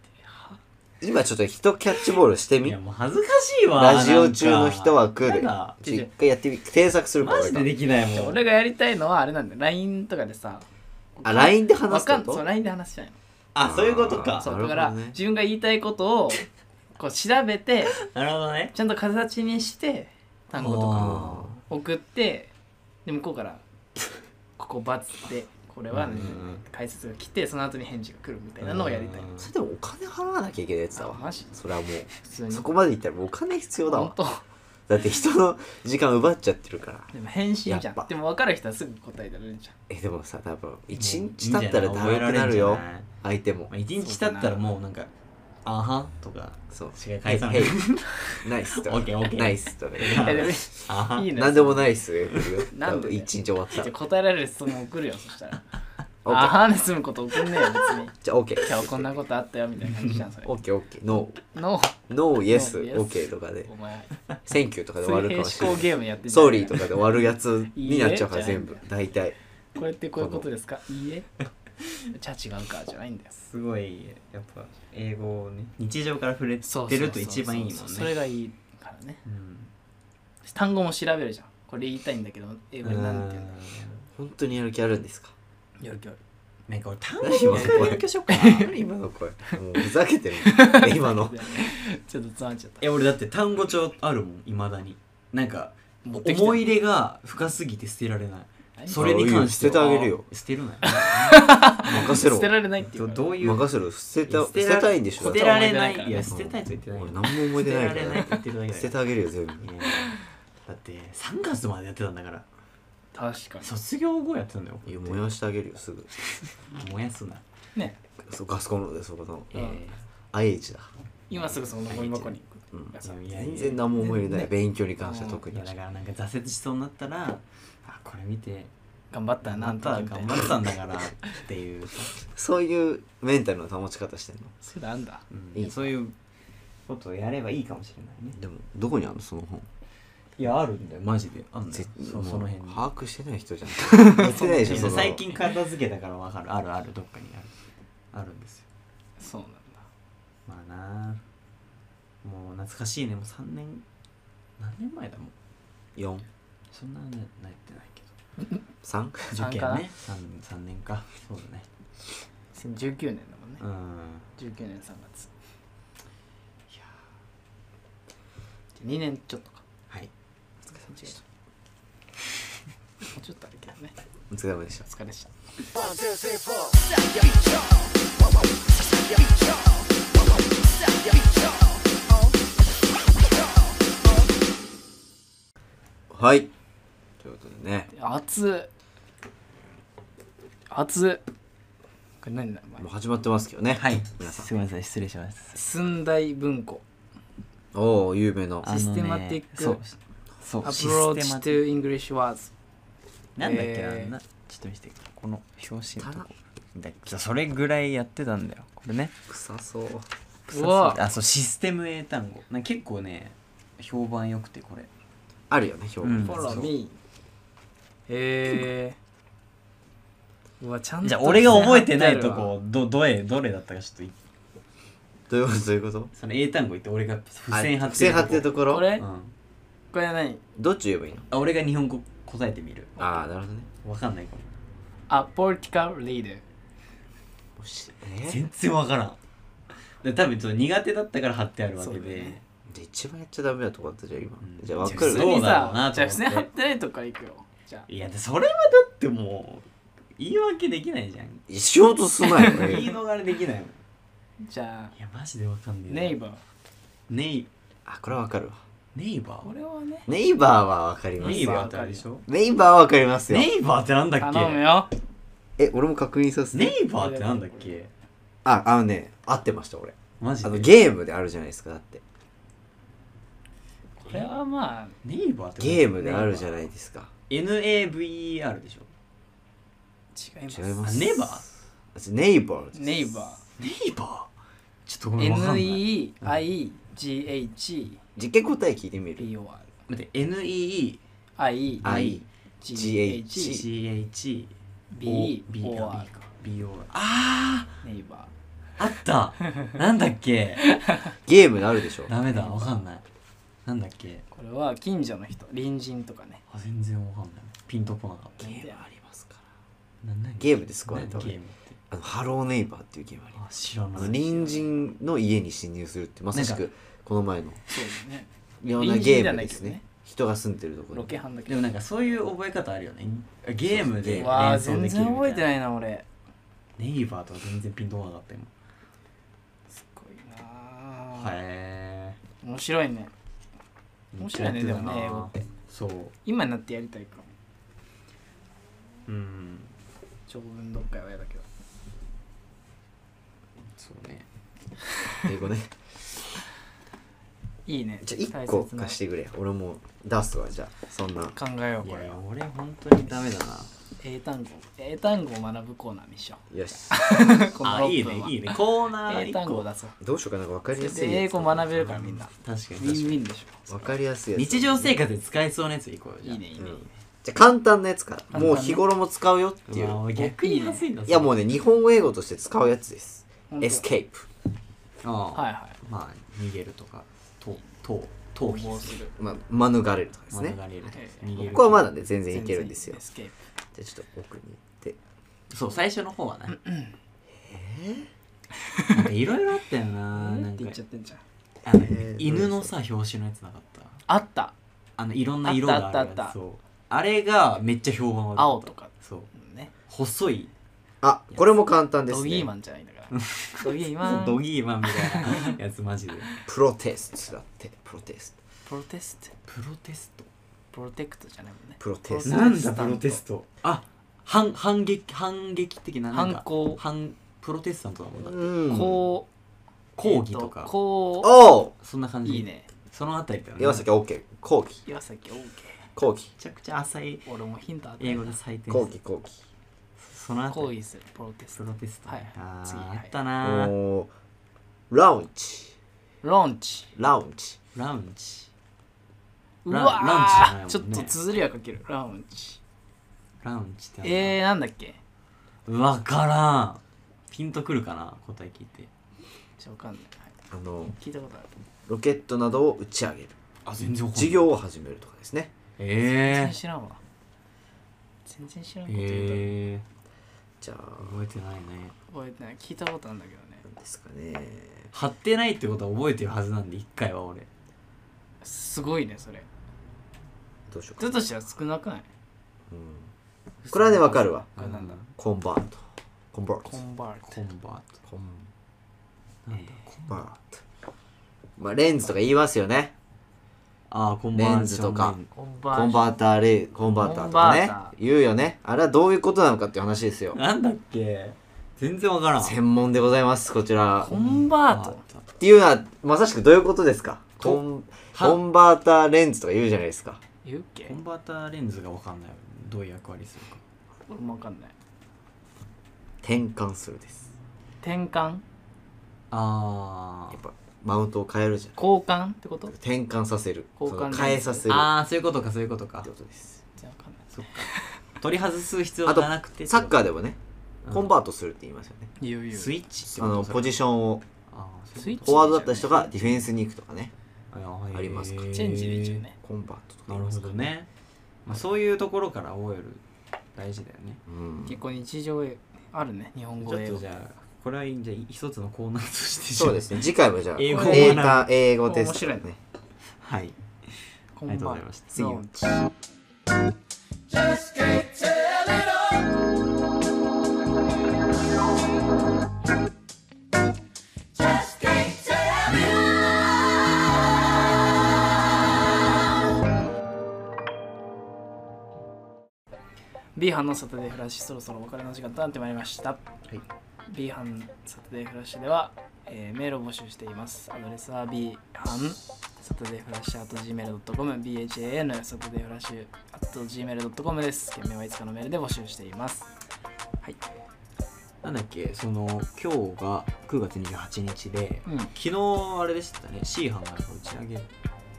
今ちょっと人キャッチボールしていみやもう恥ずかしいわラジオ中の人は来なんるかちょ一回やってみ添削するからマジでできないもん俺がやりたいのはあれなんだよ LINE とかでさあ LINE で話わすかこんそうと LINE で話しちゃうのあそういうことかあそうなるだほかどねら自分が言いたいことをこう調べてなるほどねちゃんと形にして単語とかあ送ってで向こうからここバツってこれは、ねうんうんうん解説が来てその後に返事が来るみたいなのをやりたいうんそれでもお金払わなきゃいけないやつだわあマジそれはも普通うにそこまでいったらもうお金必要だ本わ当だって人の時間奪っちゃってるからでも返信じゃやっぱんでも分かる人はすぐ答えられるじゃえでもさ多分一日経ったらだるくなるよ相手もまあ一日経ったらもうなんか「あは」とかそう違う返さないへいへいナ <laughs> イスとかオッケーオッケーナイスとかんい <laughs> やでもい「あは」いいね何でもナイスな多んで分一日終わっじたゃらあ答えられる質問送るよそしたらオッケあーはーで済むこと送んねえよ別にじゃあ OK 今日こんなことあったよみたいな感じじゃんそれオッケーオッケーノのーノーイエス No, yes オッケーとかでお前センキューとかで終わ水る平かもしれ思な考ゲーいムやってんじゃんソーリーとかで終わるや <laughs> つになっちゃうからいいえ全部大体これってこういうことですかいいえじゃあ違うかじゃないんだよすごいやっぱ英語をね日常から触れてると一番いいもそうんそれねがいいからねうん単語も調べるじゃんこれ言いたいんだけど英語でなんて言うんだろう本当にやる気あるんですかよりきょりなんか俺単語何今の声勉強しよっかな <laughs> 今の声もうふざけてる今のちょっとつまんじゃったえ俺だって単語帳あるもんいまだになんか持ってきて思い入れが深すぎて捨てられない何それに関してあはいいよ捨ててあげるよ捨てるなよ任せ捨ろてられないっていうどからどういう任せろ捨ていやた捨捨ててらたいんでしょ捨てられだっなていいや捨てたいと言ってない俺何も思い出ないか捨てられないらって言ってるだけだよ捨ててあげるよ全部いやだって3月までやってたんだから確か卒業後やってたんだよいや燃やしてあげるよすぐ燃やすなにねそうガスコンロでそこのうんえ IH だ今すぐそのゴミ箱にう行んくーいやいや全然何も思い入れないね勉強に関しては特いにやだからなんか挫折しそうになったらあこれ見て頑張ったらななんんとたからみたいな頑張ったんだからっていうさ、そういうメンタルの保ち方してんのそういうのあんだうんいいそういうことをやればいいかもしれないねでもどこにあるのその本いやあるんだよマジであんだぜよそうもうその辺に把握してない <laughs> 人じゃんやってないでしょいやその最近片付けたからわかるあるあるどっかにあるあるんですよそうなんだまあなあもう懐かしいねもう3年何年前だもん43そんなねなってないけど三受か験なね 3, 三年かそうだね2019年だもんねうん19年3月いや2年ちょっとかはいお疲れ様でしたもうちょっとあるけどねお疲れ様でしたお疲れっしたはいということでね熱熱これ何だおもう前始まってますけどねはい皆さんすみません失礼します寸大文庫おお有名なシステマティックそうそアうプロシスーテチマティッ to English words クなんだっけえな、ーなちょっと見せてこの表紙のと棚こだじゃあそれぐらいやってたんだよこれね臭そううわあそうシステム英単語なんか結構ね評判良くてこれあるよね評う判ん Follow me へえうわちゃんとじゃあ俺が覚えてないとこどどれどれだったかちょっといどういうことどういうことその英単語言って俺が付あ箋貼って付箋貼ってるところこれうんこれ何どっち言えばいいのあ俺が日本語答えてみるああなるほどねわかんないかもあポリティカルリーダーおしえ全然わからんで多分ちょっと苦手だったから貼ってあるわけそうだで、ねで一番やっちゃダメなとこだったじゃん今、うんじゃあ分じゃかある普そ通うにだろうさなじゃあ普通と思にって貼ってないとこから行くよじゃいやでそれはだってもう言い訳できないじゃんしようと <laughs> すなよ言いね逃れできないもんあじゃあいやマジでわかんねえなネイバーネイあこれは分かるわネイバこれはねネイバーは分かりーますネイバーってあれでしょネイバーは分かりますよネイバーってなんだっ頼むけよえ俺も確認させてネイバーってなんだっけああのね合ってました俺マジあのでゲームであるじゃないですかだってこれはまあネイバーってゲームであるじゃんないですか NAVER でしょ違います違いまあすネバー私ネイバーですネイバネイバーちょっとごめんわかんない NEIGHBOR 実験答え聞いてみる待って NEE I IGHBOR CH B か B かあネイバあったなんだっけゲームであるでしょダメだわかんないなんだっけーこれは近所の人隣人とかねあ全然わかんないピンとこなかったゲームありますからな何ゲームで救われた何俺ゲームってあのハローネイバーっていうゲームありますあ知らあなのい隣人の家に侵入するってまさしなんくこの前のそうだねいろんな隣人ゲじゃなームいでけどすねね人が住んでるとこロろケハンだけでもなんかそういう覚え方あるよねゲームでそうどわあ連想全できる然み覚たえいてなないな俺ネイバーとは全然ピンとこなかった今すごいなあへえ面白いね面白いねでもね英語ってそう今になってやりたいかもうん長文読解は嫌だけどそうね英語ねいいねじゃあ1大個切な貸してくれ俺も出すわじゃあそんな考えよういこれやは俺本当にダメだな英単語英単語を学ぶコーナーにしよよしうこのあいい6ね分はいいねコーナー英単1語個を出そうどうしようかな分かりやすいやつ英語学べるからみんな確ウかにィン確ウかにィンでし分かりやすいやつ日常生活で使えそうなやついこうよょじいゃあいねいいねいいねじゃあ簡単なやつか単らなもう日頃も使うよっていううわ逆に恥ずいんだいやもううね日本語英語として使うやつですほんとエスケープははいはいまあ逃げるとかとと逃避するまあ免れるとかですね免れるとかはい逃げるここはまだね全然いけるんですよエスケープじゃあちょっと奥に行ってそう最初の方はねえなんかいろいろあったよな <laughs> えなーっんて言かっちゃってんじゃんあのえー犬のさ表紙のやつなかったあったあのいろんな色があるあっやつたあったあったそうあれがめっちゃ評判悪った青とかそうね細いあこれも簡単ですドギーねマンじゃないんだからドギーマドンギーマンみたいなやつマジでプロテストだってプロテスト <laughs> プロテストプロテストプロテクトじゃないもんねプロテプスロトなんだプロテストあ反反撃反撃的ななんか反抗反プロテスタントだもんだうんこう抗議とえーかこおそんな感うじいいねそのあたりだよね岩崎 OK 後期岩崎 OK 後期めちゃくちゃ浅い俺もヒントあった英語で採点後期後期そのあた抗り議するプロテスプトロテスト、はいあー次はいあったおなーーラウンチロンチラウンチラウンジうラわランーチちじょゃっないもんねと綴りはかけるラウンチラウンジってあるなえー、なんだっけわからんピンとくるかな答え聞いてちょわかんない、はいあの聞いたことあるロケットなどを打ち上げるあ全然わかんない事業を始めるとかですね全え然知らんわ全然知らんー、こと言うとえじゃあー、覚えてないね覚えてない聞いたことあるんだけどねなんですかね貼ってないってことは覚えてるはずなんで一回は俺すごいねそれどうしようかだとしたら少なくないうんこれはねわかるわこれなんだうんコンバートコンバートコンバートコンバートコンなんだコンバートまあレンズとか言いますよねああコンバーレンズとかコンコバンバーターレコンバーターとかコンバーねタ言うよねあれはどういうことなのかっていう話ですよなんだっけ全然わからん専門でございますこちらコンバートっていうのはまさしくどういうことですかコンはコンバーターレンズとか言うじゃないですか言うっけコンバーターレンズがわかんないどういう役割するか俺もわかんない転換するです転換あやっぱマウントを変えるじゃん交換ってこと転換させる交換その変えさせーるっああそういうことかそういうことかてことです全然わかんないそっか取り外す必要あとがなくてサッカーででもねうんコンバートするって言いますよね、言う言うスイッチってあのポジシションをョンあースイッチフォワードだった人がディフェンスに行くとかねあありますかチェンジで一応ねコンバートとかなるほどね、まあ、そういうところから覚える大事だよねうん結構日常あるね日本ち語ょっ英と語じゃあこれはじゃあ一つのコーナーとしてそうですねね次回もじゃあ英語を学ぶ英単英語テスト面白いね <laughs> はいこありがとうございました、次次ビーハンのサタデーフラッシュそろそろお別れの時間となってまいりました、はいビーハンサタデーフラッシュでは、えーメールを募集していますアドレスはビーハンサタデーフラッシュ at gmail.com bhan サタデーフラッシュ at gmail.com です件名はいつかのメールで募集していますはい、なんだっけその今日が9月28日でうん、昨日あれでしたね C 班が打ち上げ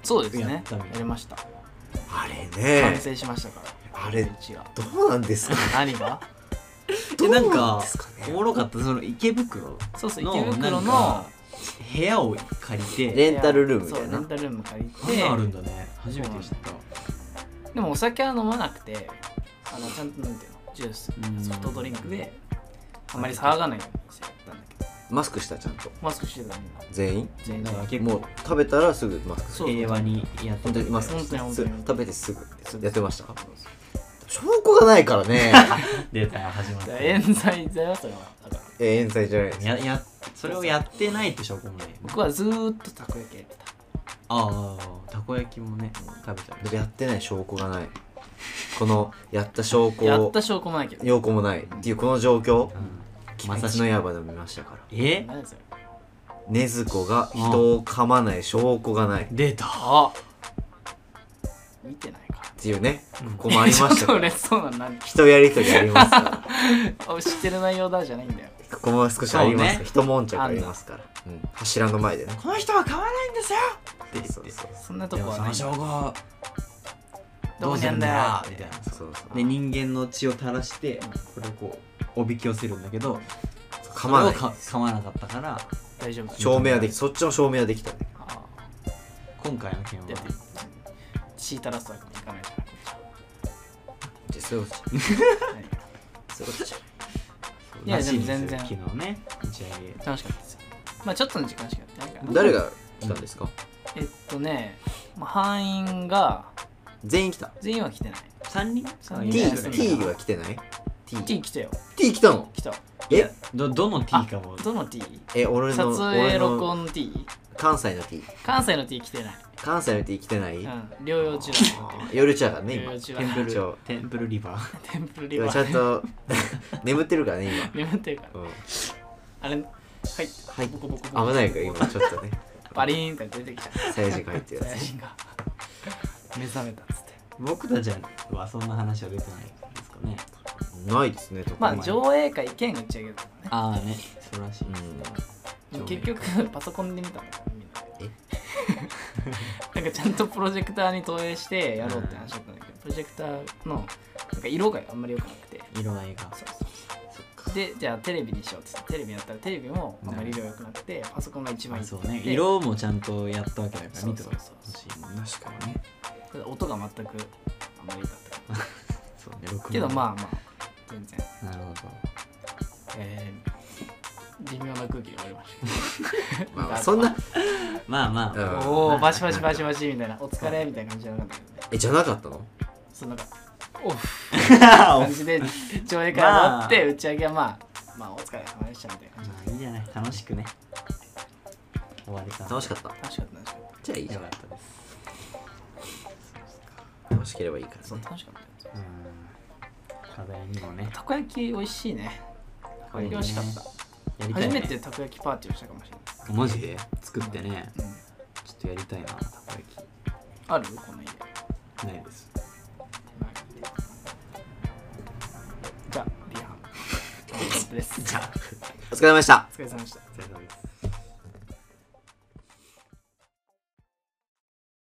そうですねやったみたいやりましたあれ完ね成しましたからあれうちがどうなんですか何がえなんなんかですかねおもろかったその池袋そうそうの池袋なんのか部屋を借りてレンタルルームみたいそうレなンタルルーム借りこんてなんあるんだね初めて知ったでもお酒は飲まなくてあのちゃんとなんていうのジュースうんソフトドリンクであんまり騒がないようにしてやったんだけどマスクしたちゃんとマスクしてたみんな全員全員だから結もう構食べたらすぐマスクそう平和にやって本当にマスク本当に本す当ぐに食べてすぐやってました証拠がないからね出たよ始まっだたから冤罪だよそれはだからえ冤罪じゃないですややそれをやってないって証拠もね僕はずーっとたこ焼きやってたああたこ焼きもね食べたやってない証拠がないこのやった証拠やっをた証拠もないけど要項もないっていうこの状況うん鬼滅の刃でも見ましたからえ何それ禰豆子が人を噛まない証拠がないっ出たあ見てないかていうねここもありまし <laughs> たちょっかとら嬉しそうな何人やりとりありますからあ知ってる内容だじゃないんだよここも少しありますそうね人悶着ありますからうん柱の前でねこの人は買わないんですよそうそうそうそんなとでこもはそないの証拠をどうにゃんだよどうするんだみたいなそうそうで人間の血を垂らしてこれをこうおびき寄せるんだけど噛まないそれをか噛まなかったから大丈夫だ証明はできそっちの証明はできたねあ今回の件ーだっては血垂らすわけにいかないじゃんこっちはでそういうことじ何ゃそういうことじゃいやらでしですよも全然昨日ね打ち上げ楽しかったですよまあちょっとの時間しかやってないから、誰が来たんですかえっとね、まあ、班員が全員来た全員は来てない三人三 T, 人 T は来てない T T, 来たよ T 来たの来たえどどの T あかもどの T? え俺の撮影俺録の音の T? 関西の T 関西の T 来てない関西の T 来てない、うん療養中だと思ってる夜中だからね夜今中テンプル一応テンプルリバー <laughs> テンプルリでバもちゃーんと <laughs> 眠ってるからね眠ってるから今、うん、あれはいはいボコボコボコ危ないから今ちょっとねバリーンって出てきちゃっサイジが入ってるたや写つ真が目覚めたっつって <laughs> 僕たち <laughs> はそんな話は出てないですかねないですね特に、まあ上映会兼打ち上げだったかああねそうらしいですね、らね上映結局パソコンで見たんだよみんなえ <laughs> なんかちゃんとプロジェクターに投影してやろうって話だったんだけど、プロジェクターのなんか色があんまり良くなくて色合いがそうそうでじゃあテレビにしようっつってテレビやったらテレビもあんまり色が良くなくてパソコンが一番いいそうねで色もちゃんとやったわけだから見てほそうそうそしいもん確かにねただ音が全くあんまりだったからそうね録音けどまあまあ全然なるほどえー、微妙な空気が終わりましたまあまあそんなまあまあ、けうんどおおバシバシバシバシみたいなお疲れみたいな感じじゃなかったけどねえじゃなかったのそのなんかオフ <laughs> 感じで上映会終わって打ち上げはまあまあお疲れ様でしたみたいな感じまあいいじゃない楽しくね終わりか楽しかっった楽しかった楽しかったじゃあいいじゃよんかったです楽しければいいからそうね楽しかったようん課題にもねたこ焼き美味しいねたこ焼き美味しかった、やりたい、初ね、めてたこ焼きパーティーをしたかもしれマジで作ってねない、うんちょっとやりたいなたこ焼あるこの家きないですじゃあリハンですお疲れ様でしたお疲れ様でしたお疲れ様です